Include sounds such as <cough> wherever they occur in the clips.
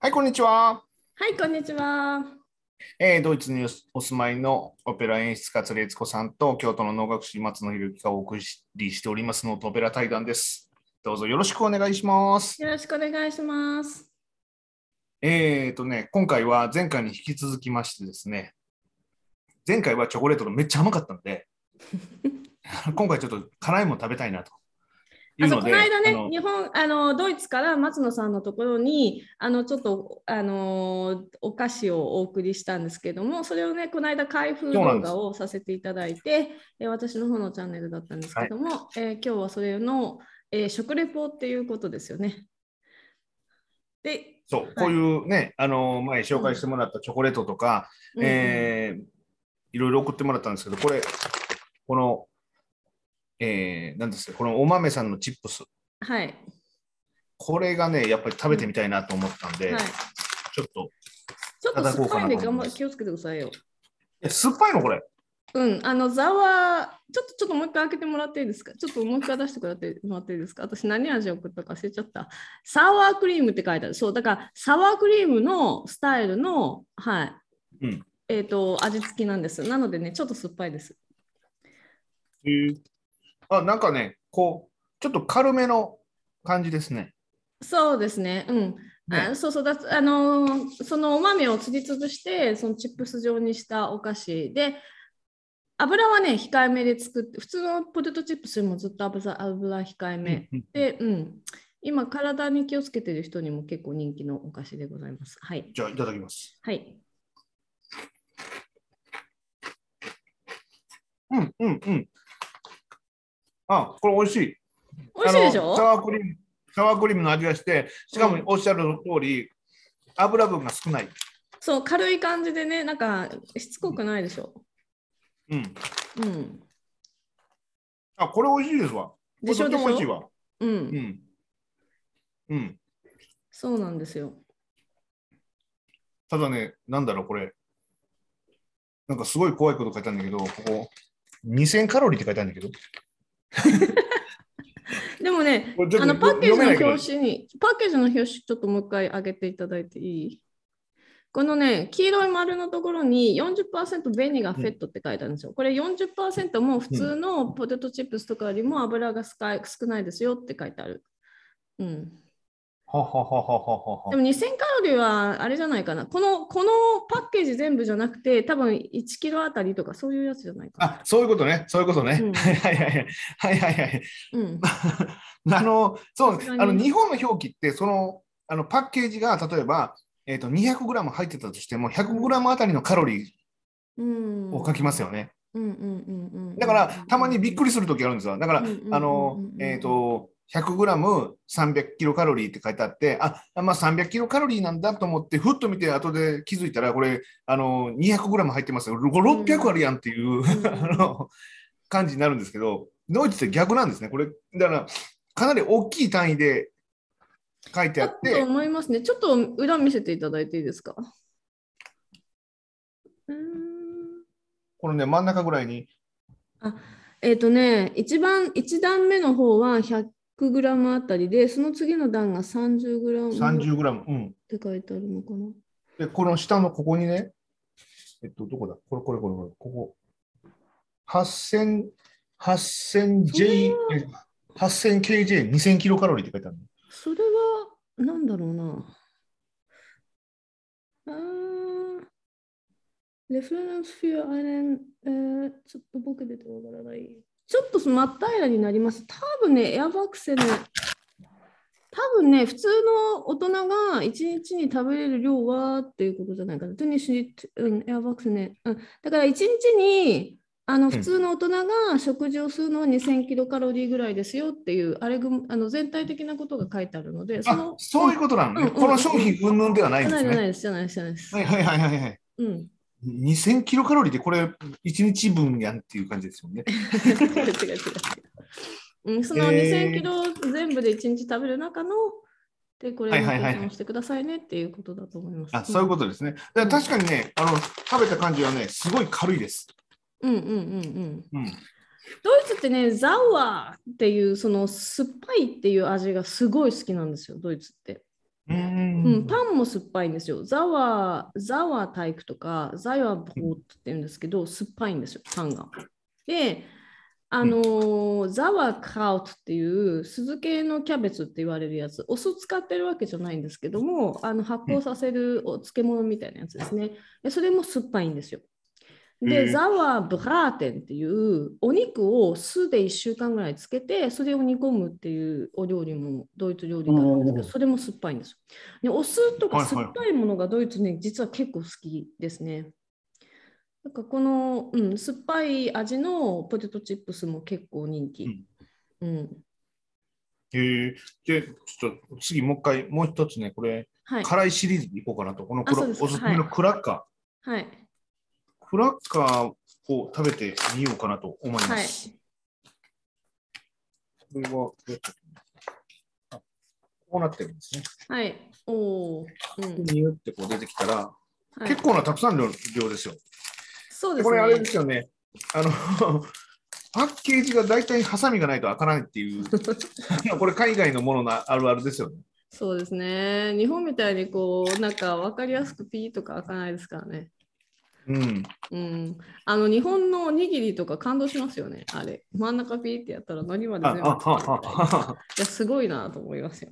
はい、こんにちは。はい、こんにちは。えードイツにお住まいのオペラ演出家、鶴悦子さんと、京都の能楽師、松野博之がお送りしておりますのとオペラ対談です。どうぞよろしくお願いします。よろしくお願いします。えーとね、今回は前回に引き続きましてですね、前回はチョコレートがめっちゃ甘かったので、 <laughs> 今回ちょっと辛いもの食べたいなと。いあうそうのこでの間あねの、日本あの、ドイツから松野さんのところに、あのちょっとあのお菓子をお送りしたんですけども、それをね、この間、開封そうなん動です画をさせていただいて、え私の方のチャンネルだったんですけども、えー今日はそれの、えー食レポっていうことですよね。で、そう、こういうね、あの前紹介してもらったチョコレートとか、うんえーいろいろ送ってもらったんですけど、これ、この、えー、なんですか、このお豆さんのチップス、はい、これがね、やっぱり食べてみたいなと思ったんで、はい。ちょっと、いちょっと酸っぱいんでいただこうかなと頑思張います気をつけてくださいよ。や酸っぱいの、これ。うん、あの、ざわ、ちょっと、ちょっともう一回開けてもらっていいですかちょっともう一回出してもらってもらっていいですか私何味送ったか忘れちゃった。サワークリームって書いてある。そう、だから、サワークリームのスタイルの、はい。うんえっ、と、味付きなんです。なのでね、ちょっと酸っぱいです。あ、なんかね、こう、ちょっと軽めの感じですね。そうですね。うん。ねあそうそうだあのーそのお豆をすりつぶしてそのチップス状にしたお菓子で油はね控えめで作って普通のポテトチップスよりもずっと油油控えめ、うんで、うん、今、体に気をつけてる人にも結構人気のお菓子でございます。はい。じゃあ、いただきます。はい。うん、うん、うん。あ、これ美味しい。美味しいでしあのょサワークリーム、サワークリームの味がして、しかもおっしゃる通り、油分が少ない。そう、軽い感じでね、なんかしつこくないでしょ。うん。うん。あ、これ美味しいですわ。でしょこれとてでしも美味しいょわ。う。うんん。うん。そうなんですよ。ただね、なんだろう、これ。なんかすごい怖いこと書いたんだけど、ここ、2000カロリーって書いてあるんだけど、でもねこれちょ、っとあのパッケージ読めのないけど表紙に、パッケージの表紙ちょっともう一回上げていただいていいこのね、黄色い丸のところに40%ベニがフェットって書いてあるんですよ。これ40%も普通のポテトチップスとかよりも油が少ない少ないですよって書いてある。うん。ははははははでは。も2000カロリーはあれじゃないかな。この、このパッケージ全部じゃなくて、多分1キロあたりとかそういうやつじゃないかあ、そういうことね、そういうことね。うんはいはいはい。はいはいはい。な。あうん。の、そうです。何あの、日本の表記って、その、あの、パッケージが、例えば、えっ、と、200グラム入ってたとしても、100グラムあたりのカロリう <laughs> ん。ーを書きますよね。うんうんうんうんうん。だから、たまにびっくりするときあるんですよ。だから、うんうんうんうんあの、えっ、と、100g300 キロカロリーって書いてあって、あ、まあ300キロカロリーなんだと思って、ふっと見て、後で気づいたら、これ、あの、200g 入ってますよ。600 600あるやんっていう、んあの、感じになるんですけど、ドイツって逆なんですね。これ、だから、かなり大きい単位で書いてあっだとて、思いますね。ちょっと裏見せていただいていいですか。うーんこのね、真ん中ぐらいに、えっ、とね、一番一段目の方は100グラムあたりで、その次の段が30グラムっ 30g。うん。て書いてあるのかで、な。この下のここにね、えっと、どこだこれ、これ、これ、これ、ここ。8000、8000J、8000KJ、2000キロカロリーって書いてあるの。それはなんだろうな。あーレフレンスフィアアイレン、えーちょっと僕出てわからない。ちょっと真っ平らになります。多分ね、エアバックセル、多分ね、普通の大人が1日に食べれる量はっていうことじゃないかな。テニシうん、エアバックセルね。うん、だから1日にあの普通の大人が食事をするのは2000キロカロリーぐらいですよっていう、あれぐあの全体的なことが書いてあるので、あ、そういうことなのね。うんうんこの商品、云々ではないんじゃでないすじゃないね。です、じゃないです、じは。ゃないですいはいはいはいはい。うん。 2000キロカロリーでこれ、1日分やんっていう感じですよね。違う違う違う違う。 <laughs> うん、そのえー2000キロ全部で1日食べる中の、で、これをはいはいはいはい計算をしてくださいねっていうことだと思います。あ、そういうことですね。だから確かにね、あの、食べた感じはね、すごい軽いです。うんうんうんうん。うん。ドイツってね、ザワーっていう、その酸っぱいっていう味がすごい好きなんですよ、ドイツって。うんうん、パンも酸っぱいんですよ。ザワー、ザワー体育とか、ザワーボーって言うんですけど、酸っぱいんですよ、パンが。で、あのーザワーカウトっていう、酢系のキャベツって言われるやつ、お酢使ってるわけじゃないんですけども、あの発酵させるお漬物みたいなやつですね。でそれも酸っぱいんですよ。へで、えザワーブラーテンっていうお肉を酢で1週間ぐらいつけてそれを煮込むっていうお料理もドイツ料理があるんですけおーどそれも酸っぱいんですよ。でお酢とはかいはい酸っぱいものがドイツね、実は結構好きですね。なんかこの、うん、酸っぱい味のポテトチップスも結構人気。うんへえで、ちょっと次、もう一回、もう一つね、これ、はい、辛いシリーズでいこうかなと。このクあそラうですおすすめのクラッカー、はいクラッカーを食べてみようかなと思いまはいす。これはどうやってあこうなってるんですね。はい。おお、うんニュってこう出てきたら、はい結。構なたくさんの量ですよ。そうででこれあれすですね。よね。あのパッケージが大体ハサミがないと開かないっていう、これ海外のもののあるあるですよね。そうですね。日本みたいにこうなんかわかりやすくピーとか開かないですからね。うん。うん。あの日本のおにぎりとか感動しますよね。あれ真ん中ピーってやったら何まであ、全部あ、開くみたいな。あ、あ、いやすごいなと思いますよ。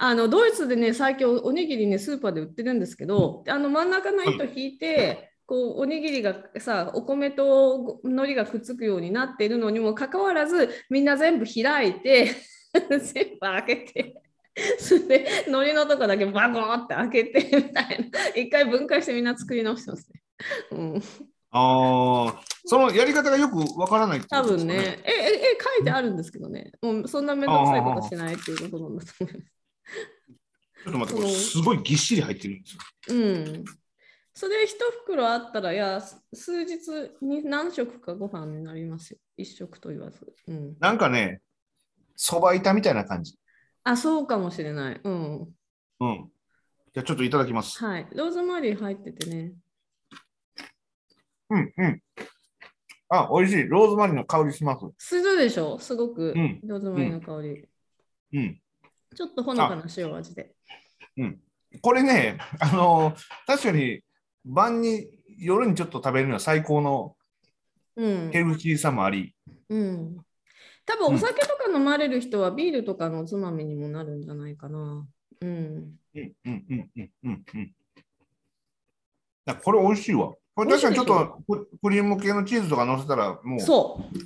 あのドイツでね最近おおにぎりねスーパーで売ってるんですけどあの真ん中の糸引いてこうおにぎりがさお米とご海苔がくっつくようになっているのにもかかわらずみんな全部開いて <laughs> 全部開けて。それで海苔のとこだけバコーンって開けてみたいな一回分解してみんな作り直してますね。うん、ああ、そのやり方がよくわからないってこ多とですか分ねね。えええ書いてあるんですけどねもうそんな面倒くさいことはしないっていうことなんだと思います。ちょっと待って、これすごいぎっしり入ってるんですよ。うん。それ一袋あったら、いや、す数日に何食かご飯になりますよ。一食と言わず。うん、なんかね、そば板みたいな感じ。あ、そうかもしれない。うん。うん。じゃあちょっといただきます。はい。ローズマリー入っててね。うん、うん。あ、美味しい。ローズマリーの香りします。するでしょすごく、うんローズマリーの香り。うん。ちょっとほのかな塩味で。これね、あの確かに晩に、夜にちょっと食べるには最高のうんヘ。ルシーさもあり、うん。多分お酒とか飲まれる人はビールとかのおつまみにもなるんじゃないかな。うん。うんうんうんうんうんうん。だからこれ美味しいわ。これ確かにちょっ美とククリーム系のチーズとか乗せたらもうそう。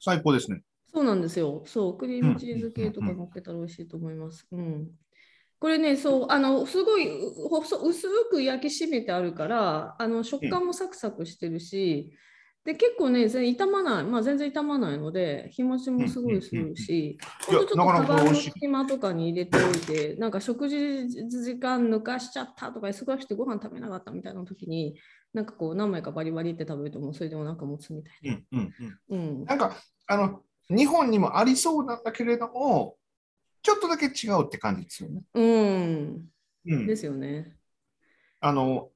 最高ですね。そうなんですよ。そう、クリームチーズ系とか乗っけたら美味しいと思います。うん。これね、そう、あの、すごいう細薄く焼きしめてあるから、あの、食感もサクサクしてるし、で、結構ね、全然傷まない、まあ全然傷まないので、日持ちもすごいするし、うんほうんうんんとちいやょなっかとなかカバン美の味しい隙間とかに入れておいて、なんか食事時間抜かしちゃったとか、忙しくてご飯食べなかったみたいな時に、なんかこう何枚かバリバリって食べるともうそれでお腹持つみたいうんうんな。うんな。んかあの日本にもありそうなんだけれども、ちょっとだけ違うって感じですよね。うん。うでん、すよね。あの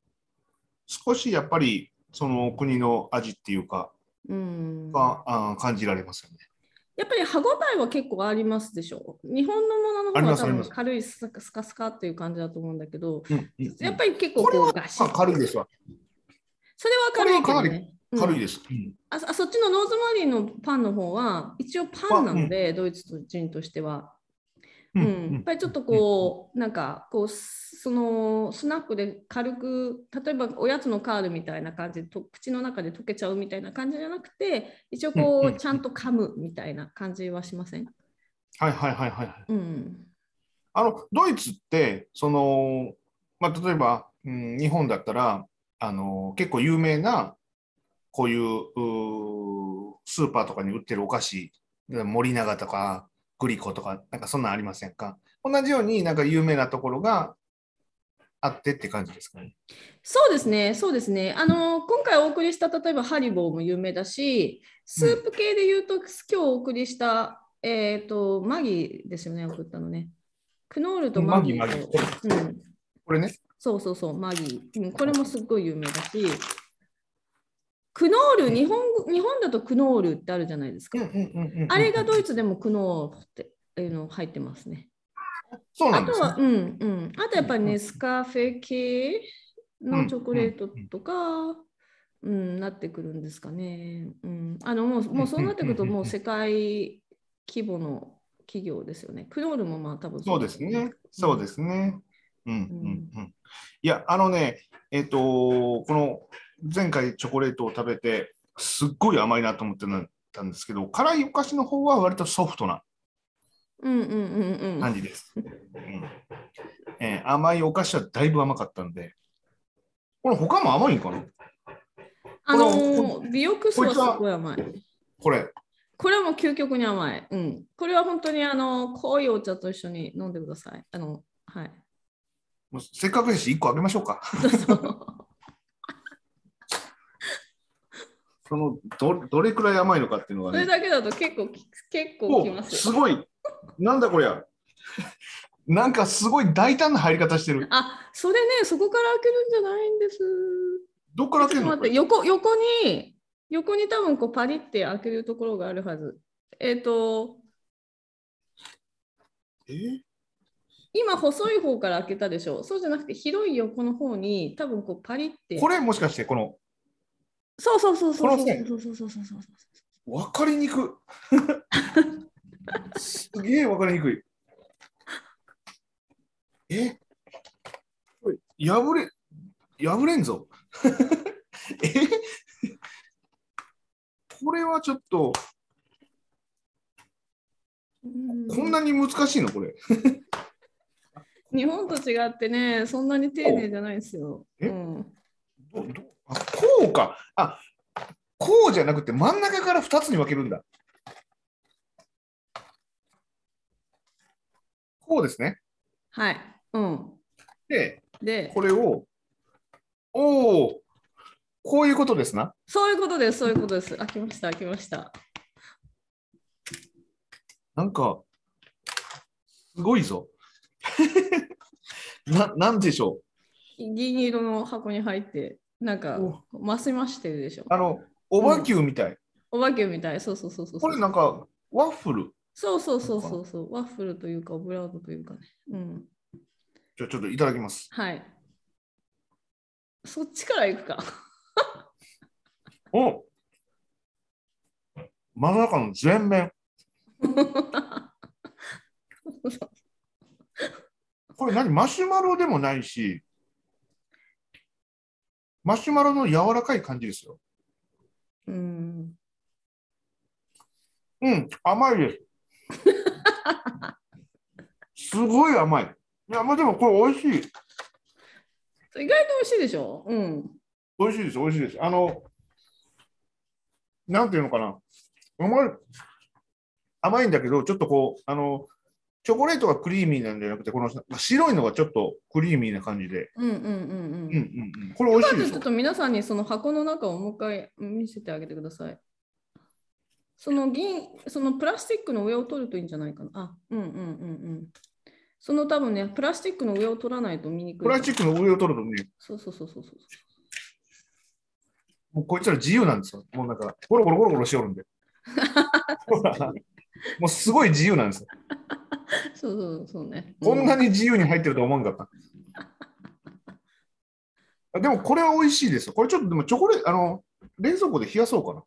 少しやっぱりその国の味っていうかうん、が、あー感じられますよね。やっぱり歯ごたえは結構ありますでしょ日本のもののあり方まがす多ありま分す軽いスカスカスカっていう感じだと思うんだけど、うんうんうんやっぱり結構これこはうガシッあ軽いですわ。それは軽いけこれはかどなね、うん軽いです。うんああそっちのローズマリーのパンの方は一応パンなので、ドイツ人としては、ううんんうやっんぱりちょっとこうなんかこうすそのスナックで軽く例えばおやつのカールみたいな感じでと口の中で溶けちゃうみたいな感じじゃなくて一う応んこうんうちゃんと噛むみたいな感じはしませんはいはいはいはいはい。うんあのドイツってその、まあ、例えば、うん、日本だったらあの結構有名なこういううースーパーとかに売ってるお菓子森永とかグリコとかなんかそんなんありませんか同じようになんか有名なところがあってって感じですかね。そうですね、そうですね。あの今回お送りした例えばハリボーも有名だし、スープ系で言うと、今日お送りしたえっ、とマギーですよね、送ったのね。クノールとマギーとマギーマうん、これねそうそうそうマギー、うん、これもすっごい有名だし、クノール日本語日本だとクノールってあるじゃないですか。うんうんうんうんうんあれがドイツでもクノールっていうの入ってますね。そうなあんでとすねは、。うんうん。あとやっぱりね、スカフェ系のチョコレートとか、うん、なってくるんですかね。うん。あの、もう、もうそうなってくると、うんうんうんもう世界規模の企業ですよね。クノールもまあ多分そうですね。そうですね。うんうんうん。いや、あのね、えっ、と、この前回チョコレートを食べて、すっごい甘いなと思ってたんですけど、辛いお菓子の方は割とソフトなうんうんうんうん。感じです。うんえー甘いお菓子はだいぶ甘かったんで、これ他も甘いんかなあのこー、美容クソはすごい甘い。これ。これはもう究極に甘い。うん。これは本当にあの、濃いお茶と一緒に飲んでください。あの、 <laughs> はい。もうせっかくですし、1個あげましょうか。どうぞ。そのどどれくらい甘いのかっていうのそがれね。だけだと結構き、結構おきますよ。すごい。なんだこりゃ。なんかすごい大胆な入り方してる。あ、それね、そこから開けるんじゃないんです。どっからち開ょけるっのと待って、横、横に、横に多分こうパリって開けるところがあるはず。えっ、と、えー今細い方から開けたでしょ。そうじゃなくて広い横の方に多分こうパリって。これもしかしてこのそうそうそうそうこの線そうそうそうそうそうそう。分かりにくい <laughs> すげえ分かりにくいえこれ破れ破れんぞ <laughs> えこれはちょっとこんなに難しいのこれうん日本と違ってね、そんなに丁寧じゃないんですよ。えうん、どどあこうかあこうじゃなくて真ん中から2つに分けるんだこうですねはい。うん。でで、これを、おお、こういうことですな。そういうことです、そういうことです。開きました、開きました。なんか、すごいぞ。 <laughs> ななんでしょう。銀色の箱に入って、なんか、増しましてるでしょ。あの、おばきゅうみたい。お化けみたい。そうそうそうそうそう。これなんか、ワッフル。そうそうそうそうそう。ワッフルというか、オブラートというかね。うん。じゃあちょっといただきます。はい。そっちから行く <laughs> か。おまさかの全面。これ何マシュマロでもないし、マシュマロの柔らかい感じですよ。うん。うん、甘いです。すごい甘い。いや、まあ、でもこれ美味しい。意外と美味しいでしょうん。美味しいです、美味しいです。あの、なんていうのかな。甘い。甘いんだけど、ちょっとこう、あの、チョコレートがクリーミーなんじゃなくて、この白いのがちょっとクリーミーな感じで。うんうんうんうんう。うんんうん。これ美味しいでちすょっ。と皆さんにその箱の中をもう一回見せてあげてください。その銀、そのプラスチックの上を取るといいんじゃないかな。あ、うんうんうんうん。その多分ね、プラスチックの上を取らないと見にくい。プラスチックの上を取るとね、そうそうそうそうそう。もうこいつら自由なんですよ。もうなんか、ゴロゴロゴロゴロしよるんで。 <laughs> もうすごい自由なんですよ。そうそうそうね。こんなに自由に入ってるとは思わんかった。 <laughs> あでもこれは美味しいですよ。これちょっとでもチョコレート、あの、冷蔵庫で冷やそうかな。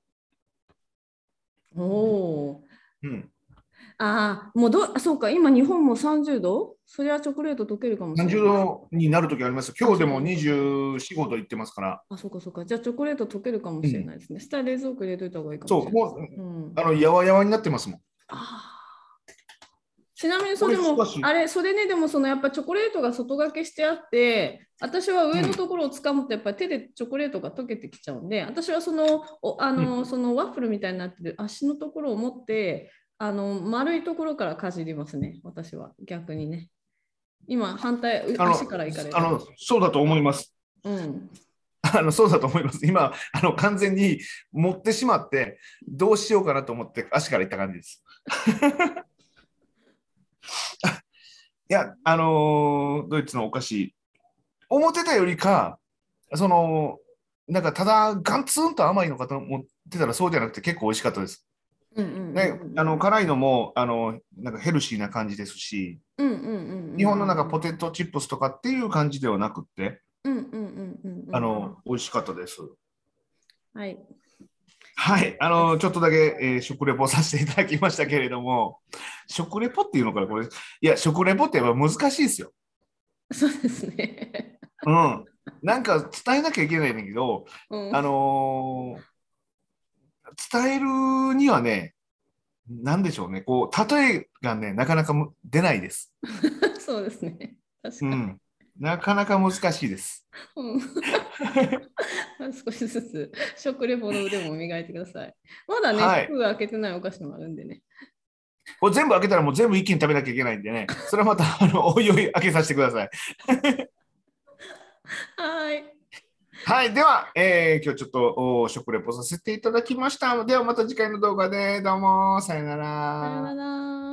うんおお。うん。ああ、もうど、あそうか、今日本も30度そりゃチョコレート溶けるかもしれない。 30度になるときありますよ。今日でも24、5度行ってますから、あ、そうかそうか。じゃあチョコレート溶けるかもしれないですね。そしたら冷蔵庫入れといた方がいいかもしれない。そうもう、ん、あの、やわやわになってますもん。あーちなみにそれこもれ少しあれそれねでもそのやっぱチョコレートが外掛けしてあって私はう上のんところを掴むとやっぱり手でチョコレートが溶けてきちゃうんで私はそのおあの、そのワッフルみたいになってる足のところを持ってあの丸いところからかじりますね私は逆にね今反対うあの足から行かれ、るあのそうだと思います。うん <laughs> あの、そうだと思います。今、あの、完全に持ってしまって、どうしようかなと思って足からいった感じです。 <laughs> いや、あのードイツのお菓子、思ってたよりか、その、なんかただガンツンと甘いのかと思ってたらそうじゃなくて結構美味しかったです。うんうんうんね、あの辛いのもあのなんかヘルシーな感じですし、うんうんうんうん日本のなんかポテトチップスとかっていう感じではなくって、うんうんうんうんうんあの美味しかったです。はいはい、あのちょっとだけ、えー食レポさせていただきましたけれども、食レポっていうのかな、これ、いや、食レポってやっぱ難しいですよ。そうですね <laughs> うん、なんか伝えなきゃいけないんだけど、うんあのー伝えるにはね、なんでしょうね、こう、例えがね、なかなかむ出ないです。そうですね確かうに、ん、なかなか難しいです。うん <laughs> 少しずつ食レポの腕も磨いてください。まだね、はい服が開けてないお菓子もあるんでね。これ全部開けたらもう全部一気に食べなきゃいけないんでね、それはまた、あの、おいおい開けさせてください。はーい。はい、では、えー今日ちょっとお食レポさせていただきました。ではまた次回の動画で、どうも、さよなさよなら。